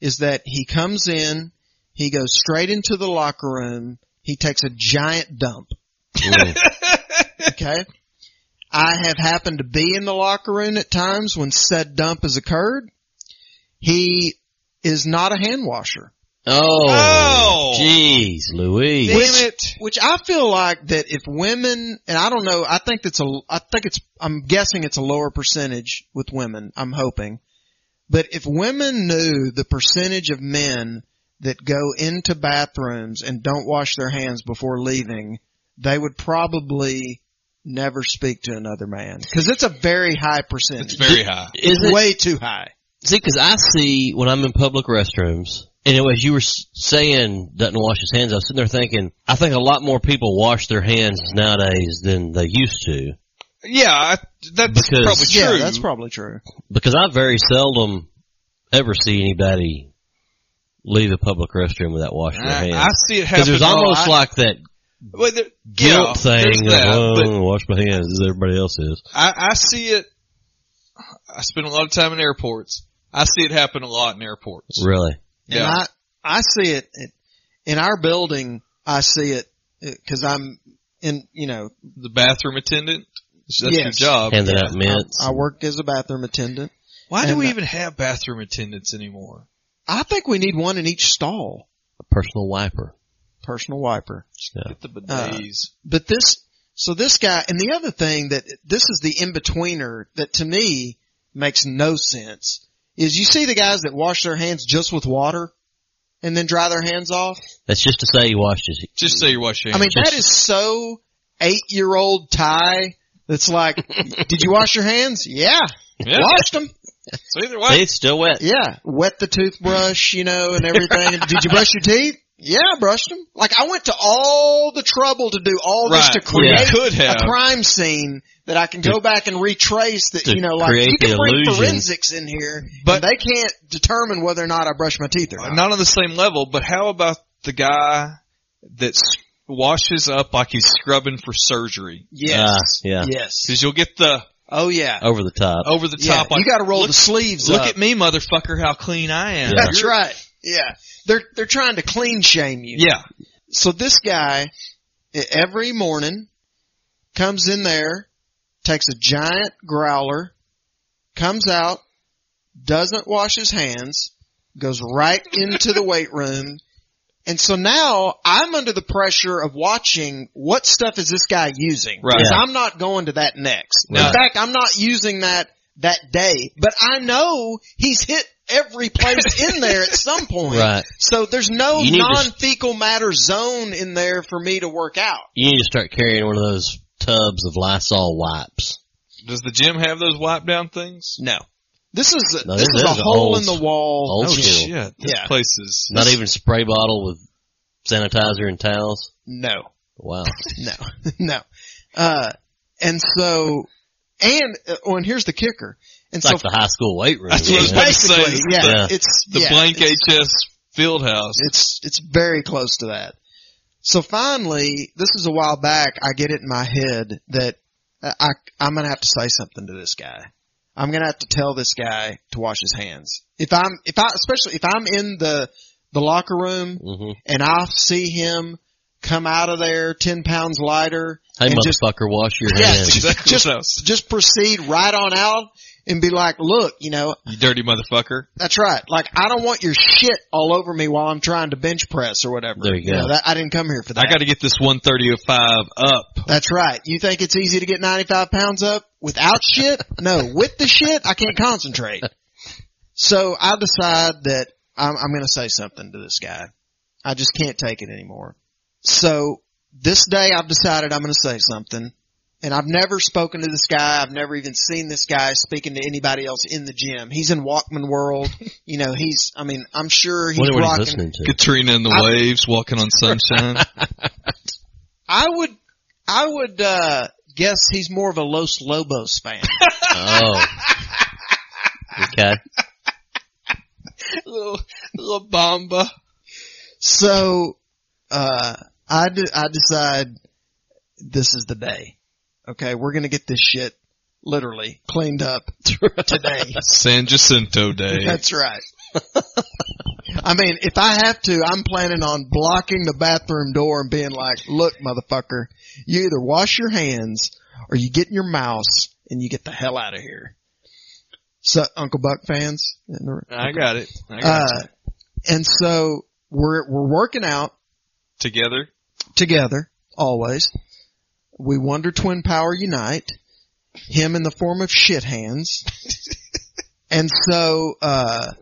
Speaker 10: is that he comes in, he goes straight into the locker room, he takes a giant dump.
Speaker 9: [laughs]
Speaker 11: Mm.
Speaker 10: okay? I have happened to be in the locker room at times when said dump has occurred. He is not a hand washer.
Speaker 11: Oh,
Speaker 9: Oh.
Speaker 11: jeez, Louise.
Speaker 10: which, Which I feel like that if women, and I don't know, I think that's a, I think it's, I'm guessing it's a lower percentage with women. I'm hoping, but if women knew the percentage of men that go into bathrooms and don't wash their hands before leaving, they would probably never speak to another man because it's a very high percentage.
Speaker 9: it's very high.
Speaker 11: Is it?
Speaker 10: way too high.
Speaker 11: See, because I see when I'm in public restrooms, and it- as you were s- saying, doesn't wash his hands. I was sitting there thinking, I think a lot more people wash their hands nowadays than they used to.
Speaker 9: Yeah, I, that's
Speaker 11: Because-
Speaker 9: probably true.
Speaker 10: Yeah, that's probably true.
Speaker 11: Because I very seldom ever see anybody leave a public restroom without washing their
Speaker 9: I, I
Speaker 11: hands.
Speaker 9: see it happen.
Speaker 11: Because there's almost like that
Speaker 9: well, there, yeah,
Speaker 11: guilt
Speaker 9: there's
Speaker 11: thing.
Speaker 9: that,
Speaker 11: That,
Speaker 9: but
Speaker 11: oh, wash my hands as everybody else is.
Speaker 9: I, I see it. I spend a lot of time in airports. I see it happen a lot in airports.
Speaker 11: Really?
Speaker 9: Yeah,
Speaker 10: And I, I see it it- in our building. I see it because I'm in, you know,
Speaker 9: the bathroom attendant. So that's your
Speaker 10: Yes.
Speaker 9: job.
Speaker 11: Handing out mints.
Speaker 10: I, I work as a bathroom attendant.
Speaker 9: Why do
Speaker 10: and
Speaker 9: we
Speaker 10: I-
Speaker 9: even have bathroom attendants anymore?
Speaker 10: I think we need one in each stall,
Speaker 11: a personal wiper.
Speaker 10: personal wiper.
Speaker 11: Yeah.
Speaker 9: Get the
Speaker 10: Uh,
Speaker 9: bidets.
Speaker 10: But this, so this guy, and the other thing that this is the in betweener that to me makes no sense is you see the guys that wash their hands just with water and then dry their hands off.
Speaker 11: That's just to say he washed his.
Speaker 9: Just say you're washing.
Speaker 10: I mean, that is so eight year old Ty. That's like,
Speaker 9: [laughs]
Speaker 10: did you wash your hands? Yeah,
Speaker 9: yeah.
Speaker 10: washed them.
Speaker 9: So either
Speaker 11: See,
Speaker 9: way,
Speaker 11: it's still wet.
Speaker 10: Yeah, wet the toothbrush, you know, and everything.
Speaker 9: [laughs]
Speaker 10: And Did you brush your teeth? Yeah, I brushed them. Like I went to all the trouble to do all this
Speaker 9: Right,
Speaker 10: to
Speaker 9: well, you
Speaker 10: create
Speaker 9: could have.
Speaker 10: a crime scene that I can go back and retrace that,
Speaker 11: to
Speaker 10: you know, like
Speaker 11: create
Speaker 10: you can
Speaker 11: the
Speaker 10: bring
Speaker 11: illusion.
Speaker 10: forensics in here,
Speaker 9: But-
Speaker 10: but
Speaker 9: Uh,
Speaker 10: they can't determine whether or not I brushed my teeth or not.
Speaker 9: not on the same level. But how about the guy that s- washes up like he's scrubbing for surgery?
Speaker 10: yes.
Speaker 11: Ah, yeah.
Speaker 10: Yes.
Speaker 9: Because you'll get the
Speaker 10: Oh yeah.
Speaker 11: Over the top.
Speaker 10: Oh.
Speaker 9: over the top.
Speaker 10: yeah.
Speaker 9: like,
Speaker 10: you got to roll
Speaker 9: look,
Speaker 10: the sleeves
Speaker 9: Look
Speaker 10: up.
Speaker 9: at me, motherfucker, how clean I am.
Speaker 11: Yeah.
Speaker 10: That's right. Yeah. They're they're trying to clean shame you.
Speaker 9: Yeah.
Speaker 10: so this guy e, every morning, comes in there, takes a giant growler, comes out, doesn't wash his hands, goes right into the weight room. And so now I'm under the pressure of watching what stuff is this guy using.
Speaker 9: Right.
Speaker 10: Because
Speaker 9: Yeah.
Speaker 10: I'm not going to that next.
Speaker 9: No.
Speaker 10: In fact, I'm not using that that day, but I know he's hit every place in there at some point.
Speaker 11: Right.
Speaker 10: So there's no
Speaker 11: You need to-
Speaker 10: non-fecal matter zone in there for me to work out.
Speaker 11: You need to start carrying one of those tubs of Lysol wipes.
Speaker 9: Does the gym have those wipe down things?
Speaker 10: No. This is
Speaker 11: No,
Speaker 10: this is
Speaker 11: this-
Speaker 10: a
Speaker 11: this is
Speaker 10: hole
Speaker 11: old-
Speaker 10: in the wall.
Speaker 11: old
Speaker 10: Oh,
Speaker 11: school.
Speaker 9: Shit, this
Speaker 10: Yeah.
Speaker 9: place is
Speaker 11: Not even spray bottle with sanitizer and towels.
Speaker 10: No,
Speaker 11: Wow.
Speaker 10: no, [laughs] no. Uh, and so, and uh, oh, and here's the kicker. And
Speaker 11: It's
Speaker 10: so
Speaker 11: like the high school weight room.
Speaker 9: That's what I was
Speaker 11: isn't it?
Speaker 9: about to say.
Speaker 10: basically, yeah,
Speaker 11: Yeah.
Speaker 10: it's
Speaker 9: the
Speaker 10: yeah,
Speaker 9: blank
Speaker 10: it's-
Speaker 9: HS field house.
Speaker 10: It's it's very close to that. So finally, this is a while back. I get it in my head that uh, I I'm gonna have to say something to this guy. I'm gonna have to tell this guy to wash his hands. If I'm if I especially if I'm in the the locker room
Speaker 11: Mhm.
Speaker 10: and I see him come out of there ten pounds lighter
Speaker 11: Hey,
Speaker 10: and just
Speaker 11: motherfucker, wash your
Speaker 9: [laughs]
Speaker 10: yeah,
Speaker 11: hands.
Speaker 10: just,
Speaker 9: Exactly
Speaker 10: just,
Speaker 9: what I was-
Speaker 10: just proceed right on out and be like, look, you know,
Speaker 9: You dirty motherfucker.
Speaker 10: that's right. Like I don't want your shit all over me while I'm trying to bench press or whatever.
Speaker 11: There you go.
Speaker 10: know, that, I didn't come here for that.
Speaker 9: I got to get this 135 up.
Speaker 10: That's right. You think it's easy to get 95 pounds up without shit? No, with the shit, I can't concentrate. So I decide that I'm, I'm going to say something to this guy. I just can't take it anymore. So this day I've decided I'm going to say something and I've never spoken to this guy. I've never even seen this guy speaking to anybody else in the gym. He's in Walkman world. You know, he's, I mean, I'm sure he's
Speaker 11: Wonder what he's
Speaker 10: rocking.
Speaker 11: listening
Speaker 10: [laughs]
Speaker 11: to.
Speaker 9: Katrina and the
Speaker 10: I-
Speaker 9: waves walking on
Speaker 10: [laughs]
Speaker 9: sunshine.
Speaker 10: I would, I would, uh, guess he's more of a Los Lobos fan.
Speaker 11: Oh. Okay.
Speaker 10: little, little bomba. So, uh, I, de- I decide this is the day. Okay, we're gonna get this shit literally cleaned up today.
Speaker 9: San Jacinto Day.
Speaker 10: That's right. I mean, if I have to, I'm planning on blocking the bathroom door and being like, look, motherfucker, you either wash your hands or you get in your mouse and you get the hell out of here. So, Uncle Buck fans in the room.
Speaker 9: I got it. I got
Speaker 10: Uh, and so we're we're working out
Speaker 9: it. Together.
Speaker 10: together always. We wonder twin power unite. Him in the form of shit hands. and so uh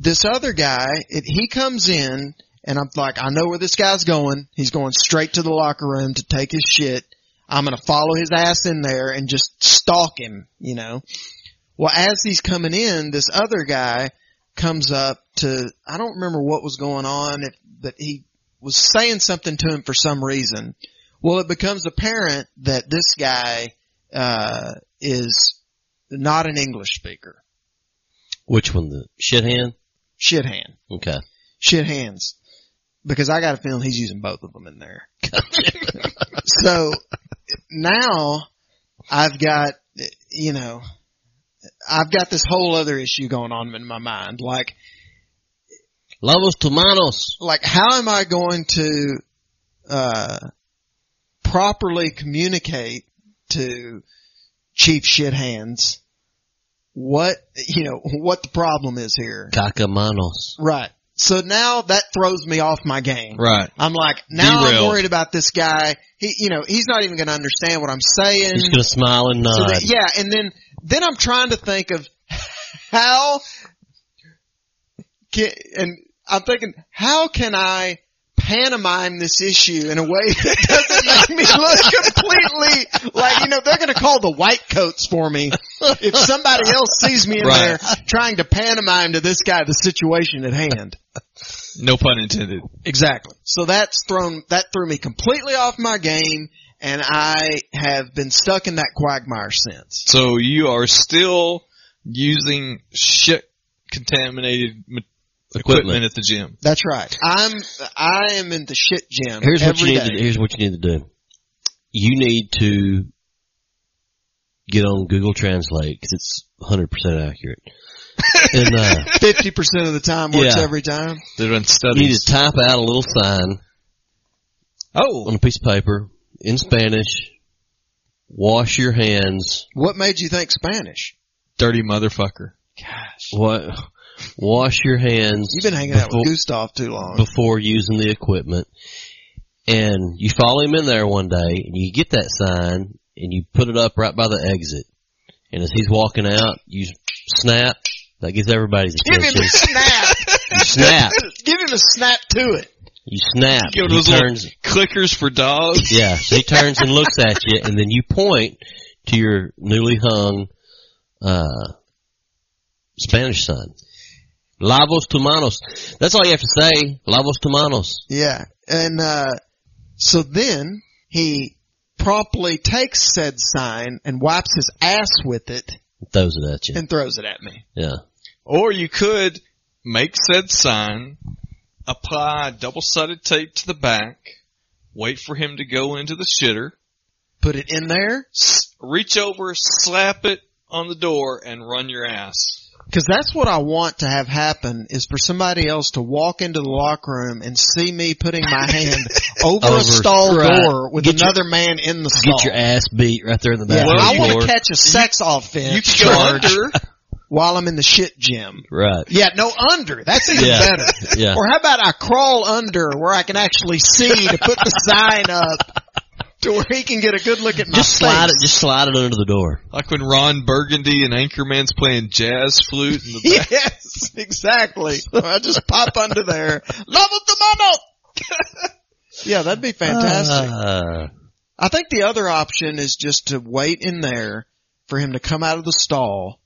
Speaker 10: this other guy, it, he comes in and I'm like, I know where this guy's going. He's going straight to the locker room to take his shit. I'm gonna follow his ass in there and just stalk him, you know. Well, as he's coming in, this other guy comes up to, I don't remember what was going on, if- but he was saying something to him for some reason. Well, it becomes apparent that this guy, uh, is not an English speaker.
Speaker 11: Which one? The shit hand?
Speaker 10: Shit hand.
Speaker 11: Okay.
Speaker 10: Shit hands. Because I got a feeling he's using both of them in there. [laughs] so now I've got, you know, I've got this whole other issue going on in my mind. Like,
Speaker 11: Lobos tomanos.
Speaker 10: like how am I going to uh properly communicate to Chief Shit Hands what you know what the problem is here?
Speaker 11: Cacamanos.
Speaker 10: Right. So now that throws me off my game.
Speaker 9: Right.
Speaker 10: I'm like now I'm
Speaker 9: Derailed.
Speaker 10: worried about this guy. He you know he's not even going to understand what I'm saying.
Speaker 11: He's gonna smile and nod.
Speaker 10: So that- yeah, and then then I'm trying to think of how can, and I'm thinking how can I pantomime this issue in a way [laughs] that doesn't make me look completely like you know they're going to call the white coats for me if somebody else sees me in
Speaker 9: Right.
Speaker 10: there trying to pantomime to this guy the situation at hand.
Speaker 9: No pun intended.
Speaker 10: Exactly. So that's thrown that threw me completely off my game and I have been stuck in that quagmire since.
Speaker 9: So you are still using shit contaminated ma- equipment.
Speaker 11: Equipment.
Speaker 9: at the gym.
Speaker 10: That's right. I'm I am in the shit gym.
Speaker 11: Here's what you
Speaker 10: every
Speaker 11: need
Speaker 10: day.
Speaker 11: to here's what you need to do. You need to get on Google Translate because it's 100
Speaker 10: [laughs]
Speaker 11: percent accurate. and uh,
Speaker 10: Fifty percent of the time works
Speaker 11: Yeah.
Speaker 10: every time.
Speaker 9: They're done
Speaker 11: you
Speaker 9: studies.
Speaker 11: need to type out a little sign
Speaker 9: oh,
Speaker 11: on a piece of paper in Spanish, wash your hands.
Speaker 10: What made you think Spanish?
Speaker 9: Dirty motherfucker.
Speaker 10: Gosh.
Speaker 11: What? Wash your hands.
Speaker 10: You've been hanging out with Gustav too long.
Speaker 11: Before using the equipment. And you follow him in there one day and you get that sign and you put it up right by the exit. And as he's walking out, you snap. That gets everybody's
Speaker 10: Give him
Speaker 11: attention.
Speaker 10: a [laughs] snap.
Speaker 11: You snap.
Speaker 10: Give him a snap to it.
Speaker 11: You snap.
Speaker 9: Give him
Speaker 11: He
Speaker 9: those
Speaker 11: turns.
Speaker 9: little clickers for dogs.
Speaker 11: Yeah. So he turns and looks at you, and then you point to your newly hung uh, Spanish sign. Lavos tu manos. That's all you have to say. Lavos tu manos.
Speaker 10: Yeah. And, uh, so then he promptly takes said sign and wipes his ass with it
Speaker 11: Throws it at you.
Speaker 10: and throws it at me.
Speaker 11: yeah.
Speaker 9: Or you could make said sign, apply double sided tape to the back, wait for him to go into the shitter,
Speaker 10: Put it in there
Speaker 9: s- reach over, slap it on the door, and run your ass.
Speaker 10: Cause that's what I want to have happen is for somebody else to walk into the locker room and see me putting my hand over,
Speaker 11: Over-
Speaker 10: a stall
Speaker 11: right.
Speaker 10: door with
Speaker 11: Get your-
Speaker 10: another man in the stall.
Speaker 11: Get your ass beat right there in the
Speaker 10: Yeah,
Speaker 11: back. of
Speaker 10: I
Speaker 11: the
Speaker 10: want
Speaker 11: floor.
Speaker 10: to catch a sex offense
Speaker 9: You could go
Speaker 10: charge
Speaker 9: under.
Speaker 10: while I'm in the shit gym.
Speaker 11: Right.
Speaker 10: Yeah, no under. That's even
Speaker 11: Yeah.
Speaker 10: better.
Speaker 11: Yeah.
Speaker 10: [laughs] Or how about I crawl under where I can actually see to put the sign up to where he can get a good look at my
Speaker 11: Just slide
Speaker 10: face.
Speaker 11: it. Just slide it under the door.
Speaker 9: [laughs] Like when Ron Burgundy and Anchorman's playing jazz flute in the
Speaker 10: [laughs]
Speaker 9: back.
Speaker 10: Yes,
Speaker 11: [laughs]
Speaker 10: exactly. So I just pop under there. Lava tomano! [laughs] yeah, that'd be fantastic.
Speaker 11: Ah.
Speaker 10: I think the other option is just to wait in there for him to come out of the stall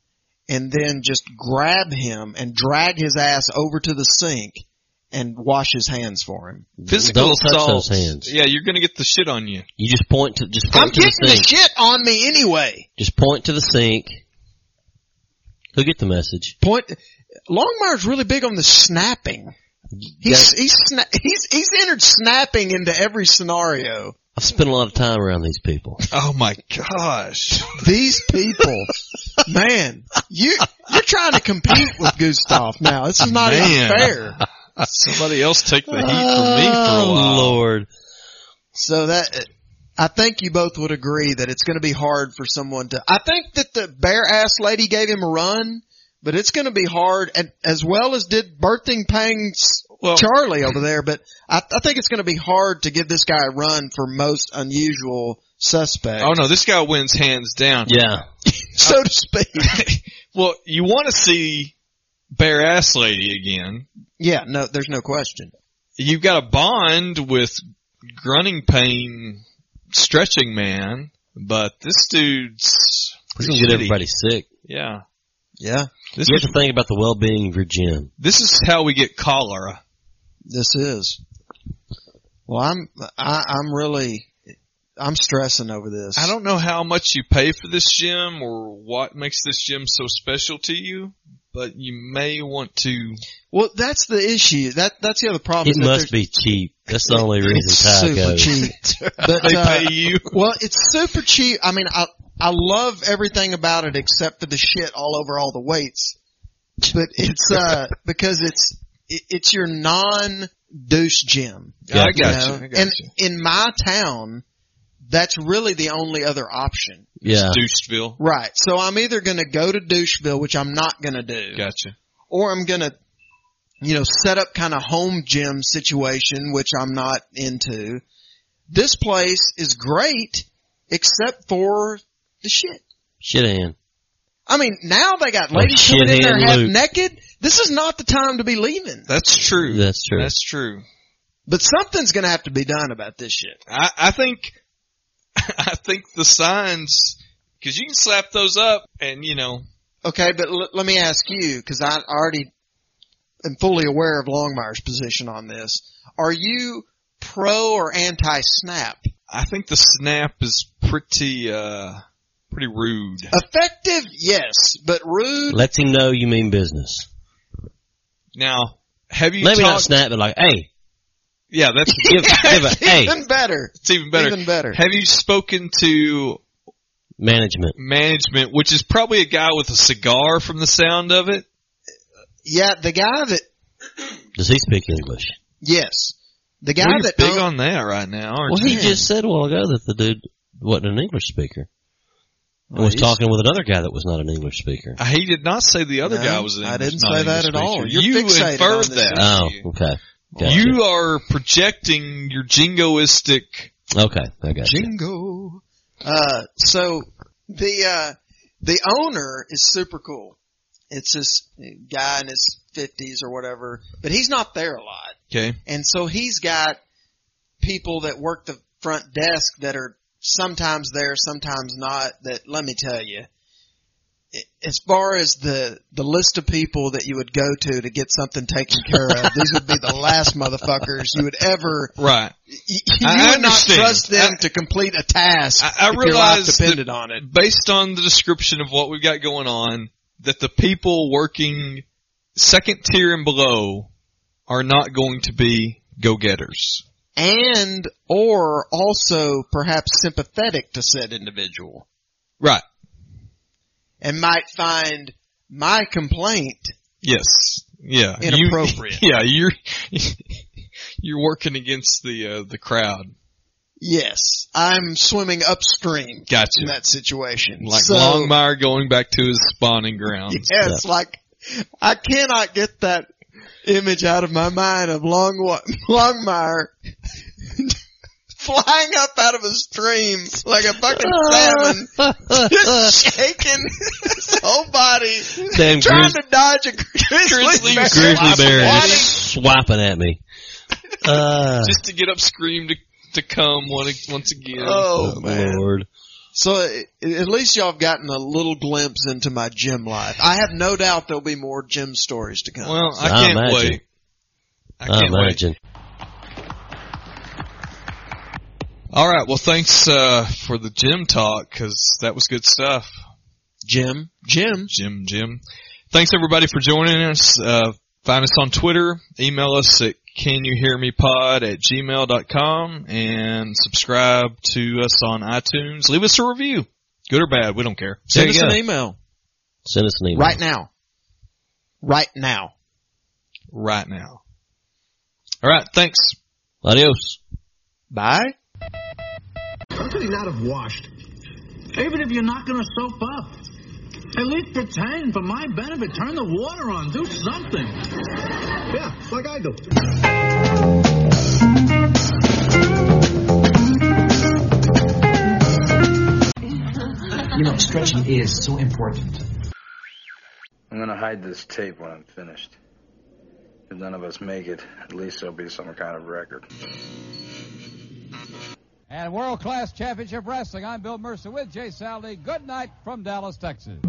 Speaker 10: and then just grab him and drag his ass over to the sink and wash his hands for him.
Speaker 11: [laughs]
Speaker 9: Physical
Speaker 11: Don't touch
Speaker 9: assault.
Speaker 11: those hands.
Speaker 9: Yeah, you're gonna get the shit on you.
Speaker 11: You just point to just point
Speaker 10: I'm
Speaker 11: to
Speaker 10: getting
Speaker 11: the
Speaker 10: the
Speaker 11: sink.
Speaker 10: shit on me anyway.
Speaker 11: Just point to the sink. He'll get the message.
Speaker 10: Point. Longmire's really big on the snapping. He's he's sna- he's he's entered snapping into every scenario.
Speaker 11: I've spent a lot of time around these people.
Speaker 9: Oh my
Speaker 11: [laughs]
Speaker 9: gosh.
Speaker 10: These
Speaker 9: [laughs]
Speaker 10: people, man, you you're trying to compete with Gustav now. This is not
Speaker 9: Man.
Speaker 10: even fair.
Speaker 9: Somebody else take the heat from me for a
Speaker 11: Oh,
Speaker 9: while.
Speaker 11: Lord.
Speaker 10: So that I think you both would agree that it's going to be hard for someone to. I think that the bare ass lady gave him a run, but it's going to be hard, and as well as did birthing pangs
Speaker 9: Well-
Speaker 10: Charlie over there. But I, I think it's going to be hard to give this guy a run for most unusual suspect,
Speaker 9: Oh no, this guy wins hands down.
Speaker 11: Yeah.
Speaker 10: so to speak. [laughs]
Speaker 9: Well, you want to see bare ass lady again.
Speaker 10: yeah, no, there's no question.
Speaker 9: You've got a bond with grunting pain stretching man, but this dude's
Speaker 11: This
Speaker 9: pretty
Speaker 11: will get
Speaker 9: shitty.
Speaker 11: everybody sick.
Speaker 9: Yeah.
Speaker 10: Yeah,
Speaker 9: This
Speaker 11: You
Speaker 9: is
Speaker 11: have to think about the well-being of your gym.
Speaker 9: this is how we get cholera.
Speaker 10: this is. Well, I'm I, I'm really I'm stressing over this.
Speaker 9: I don't know how much you pay for this gym or what makes this gym so special to you, but you may want to
Speaker 10: Well, that's the issue. That that's the other problem.
Speaker 11: It
Speaker 10: is that
Speaker 11: must
Speaker 10: there's-
Speaker 11: be cheap. That's the [laughs] only reason
Speaker 10: It's
Speaker 11: Ty
Speaker 10: super
Speaker 11: goes.
Speaker 10: cheap.
Speaker 9: [laughs]
Speaker 10: But,
Speaker 9: they
Speaker 10: uh,
Speaker 9: pay you.
Speaker 10: well, it's super cheap. I mean, I I love everything about it except for the shit all over all the weights. But it's
Speaker 9: [laughs]
Speaker 10: uh because it's it, it's your non douche gym.
Speaker 9: I got
Speaker 10: know?
Speaker 9: you. I got
Speaker 10: and
Speaker 9: you.
Speaker 10: in my town, that's really the only other option.
Speaker 11: [laughs] Yeah.
Speaker 9: Deucedville.
Speaker 10: Right. So I'm either gonna go to Doucheville, which I'm not gonna do
Speaker 9: Gotcha.
Speaker 10: or I'm gonna, you know, set up kind of home gym situation, which I'm not into. This place is great, except for the shit.
Speaker 11: Shit hand.
Speaker 10: I mean, now they got
Speaker 11: Oh,
Speaker 10: ladies coming in there
Speaker 11: shithead
Speaker 10: half
Speaker 11: Luke.
Speaker 10: naked. This is not the time to be leaving.
Speaker 9: That's true.
Speaker 11: That's true.
Speaker 9: That's true.
Speaker 10: But something's gonna have to be done about this shit.
Speaker 9: I, I think, [laughs] I think the signs, cause you can slap those up and you know,
Speaker 10: Okay, but l- let me ask you, because I already am fully aware of Longmire's position on this. Are you pro or anti snap?
Speaker 9: I think the snap is pretty, uh, pretty rude.
Speaker 10: Effective, yes, but rude.
Speaker 11: Lets him know you mean business.
Speaker 9: Now, have you
Speaker 11: Maybe not
Speaker 9: talked?
Speaker 11: snap, but like, [laughs] hey,
Speaker 9: yeah, that's
Speaker 11: give, give a,
Speaker 10: [laughs]
Speaker 11: hey,
Speaker 10: even better.
Speaker 9: it's even better.
Speaker 10: Even better.
Speaker 9: Have you spoken to
Speaker 11: management.
Speaker 9: management, which is probably a guy with a cigar from the sound of it?
Speaker 10: Yeah, the guy that
Speaker 11: Does he speak English?
Speaker 10: yes, The guy
Speaker 9: Well, you're
Speaker 10: that
Speaker 9: big
Speaker 10: owned-
Speaker 9: on that right now, aren't
Speaker 11: Well,
Speaker 9: you?
Speaker 11: he just said a while ago that the dude wasn't an English speaker. And
Speaker 9: Well,
Speaker 11: was
Speaker 9: he's-
Speaker 11: talking with another guy that was not an English speaker.
Speaker 9: Uh, He did not say the other
Speaker 10: No,
Speaker 9: guy was. An
Speaker 10: I
Speaker 9: English-
Speaker 10: didn't
Speaker 9: not
Speaker 10: say
Speaker 9: an
Speaker 10: that
Speaker 9: English
Speaker 10: at all.
Speaker 9: speaker.
Speaker 10: You're
Speaker 9: you
Speaker 10: fixated on
Speaker 9: inferred
Speaker 10: this
Speaker 9: that.
Speaker 11: Oh, okay. Gotcha.
Speaker 9: You are projecting your jingoistic.
Speaker 11: Okay, I got [laughs] you.
Speaker 10: Jingo. Uh, so the uh, the owner is super cool. It's this guy in his fifties or whatever, but he's not there a lot,
Speaker 9: Okay.
Speaker 10: and so he's got people that work the front desk that are sometimes there, sometimes not. That let me tell you. i- As far as the the list of people that you would go to to get something taken care of, these would be the last motherfuckers you would ever
Speaker 9: Right.
Speaker 10: you
Speaker 9: I
Speaker 10: would not
Speaker 9: understand.
Speaker 10: trust them to complete a task
Speaker 9: I, I
Speaker 10: if your life
Speaker 9: realize
Speaker 10: depended
Speaker 9: that
Speaker 10: on it.
Speaker 9: based on the description of what we've got going on, that the people working second tier and below are not going to be go getters.
Speaker 10: And or also perhaps sympathetic to said individual
Speaker 9: Right.
Speaker 10: and might find my complaint
Speaker 9: Yes. Yeah. You-
Speaker 10: Inappropriate.
Speaker 9: [laughs] yeah. You're you're working against the uh, the crowd.
Speaker 10: yes, I'm swimming upstream
Speaker 9: Gotcha.
Speaker 10: in that situation.
Speaker 9: Like
Speaker 10: so,
Speaker 9: Longmire going back to his spawning grounds.
Speaker 10: [laughs] Yeah, it's like I cannot get that image out of my mind of Long [laughs] Longmire [laughs] flying up out of a stream like a fucking
Speaker 11: [laughs]
Speaker 10: salmon, [laughs] just shaking his whole body,
Speaker 11: Damn
Speaker 10: trying
Speaker 11: grizz-
Speaker 10: to dodge a [laughs] grizzly,
Speaker 9: Grizzly
Speaker 10: bear.
Speaker 11: Grizzly bear
Speaker 9: Swatting.
Speaker 11: just swiping at me. Uh,
Speaker 9: Just to get up scream to to come one, once again.
Speaker 10: Oh
Speaker 11: oh,
Speaker 10: man!
Speaker 11: Lord.
Speaker 10: So a- at least y'all have gotten a little glimpse into my gym life. I have no doubt there'll be more gym stories to come.
Speaker 9: Well, I
Speaker 11: I
Speaker 9: can't
Speaker 11: imagine.
Speaker 9: wait. I
Speaker 11: I,
Speaker 9: can't wait.
Speaker 11: imagine.
Speaker 9: All right. Well, thanks uh, for the gym talk because that was good stuff.
Speaker 10: Jim, Jim,
Speaker 9: Jim, Jim. Thanks everybody for joining us. Uh, find us on Twitter. Email us at can you hear me pod at gmail.com and subscribe to us on iTunes. Leave us a review. Good or bad. We don't care.
Speaker 10: send
Speaker 11: you
Speaker 10: us
Speaker 11: go.
Speaker 10: an email
Speaker 11: Send us an email.
Speaker 10: right now, right now.
Speaker 9: Right now. All right. Thanks.
Speaker 11: Adios.
Speaker 10: Bye.
Speaker 12: How could he not have washed? Even if you're not going to soap up, at least pretend for my benefit. Turn the water on. Do something. Yeah, like I do.
Speaker 13: You know, stretching is so important.
Speaker 14: I'm gonna hide this tape when I'm finished. If none of us make it, at least there'll be some kind of record.
Speaker 15: And World Class Championship Wrestling, I'm Bill Mercer with Jay Sally. Good night from Dallas, Texas.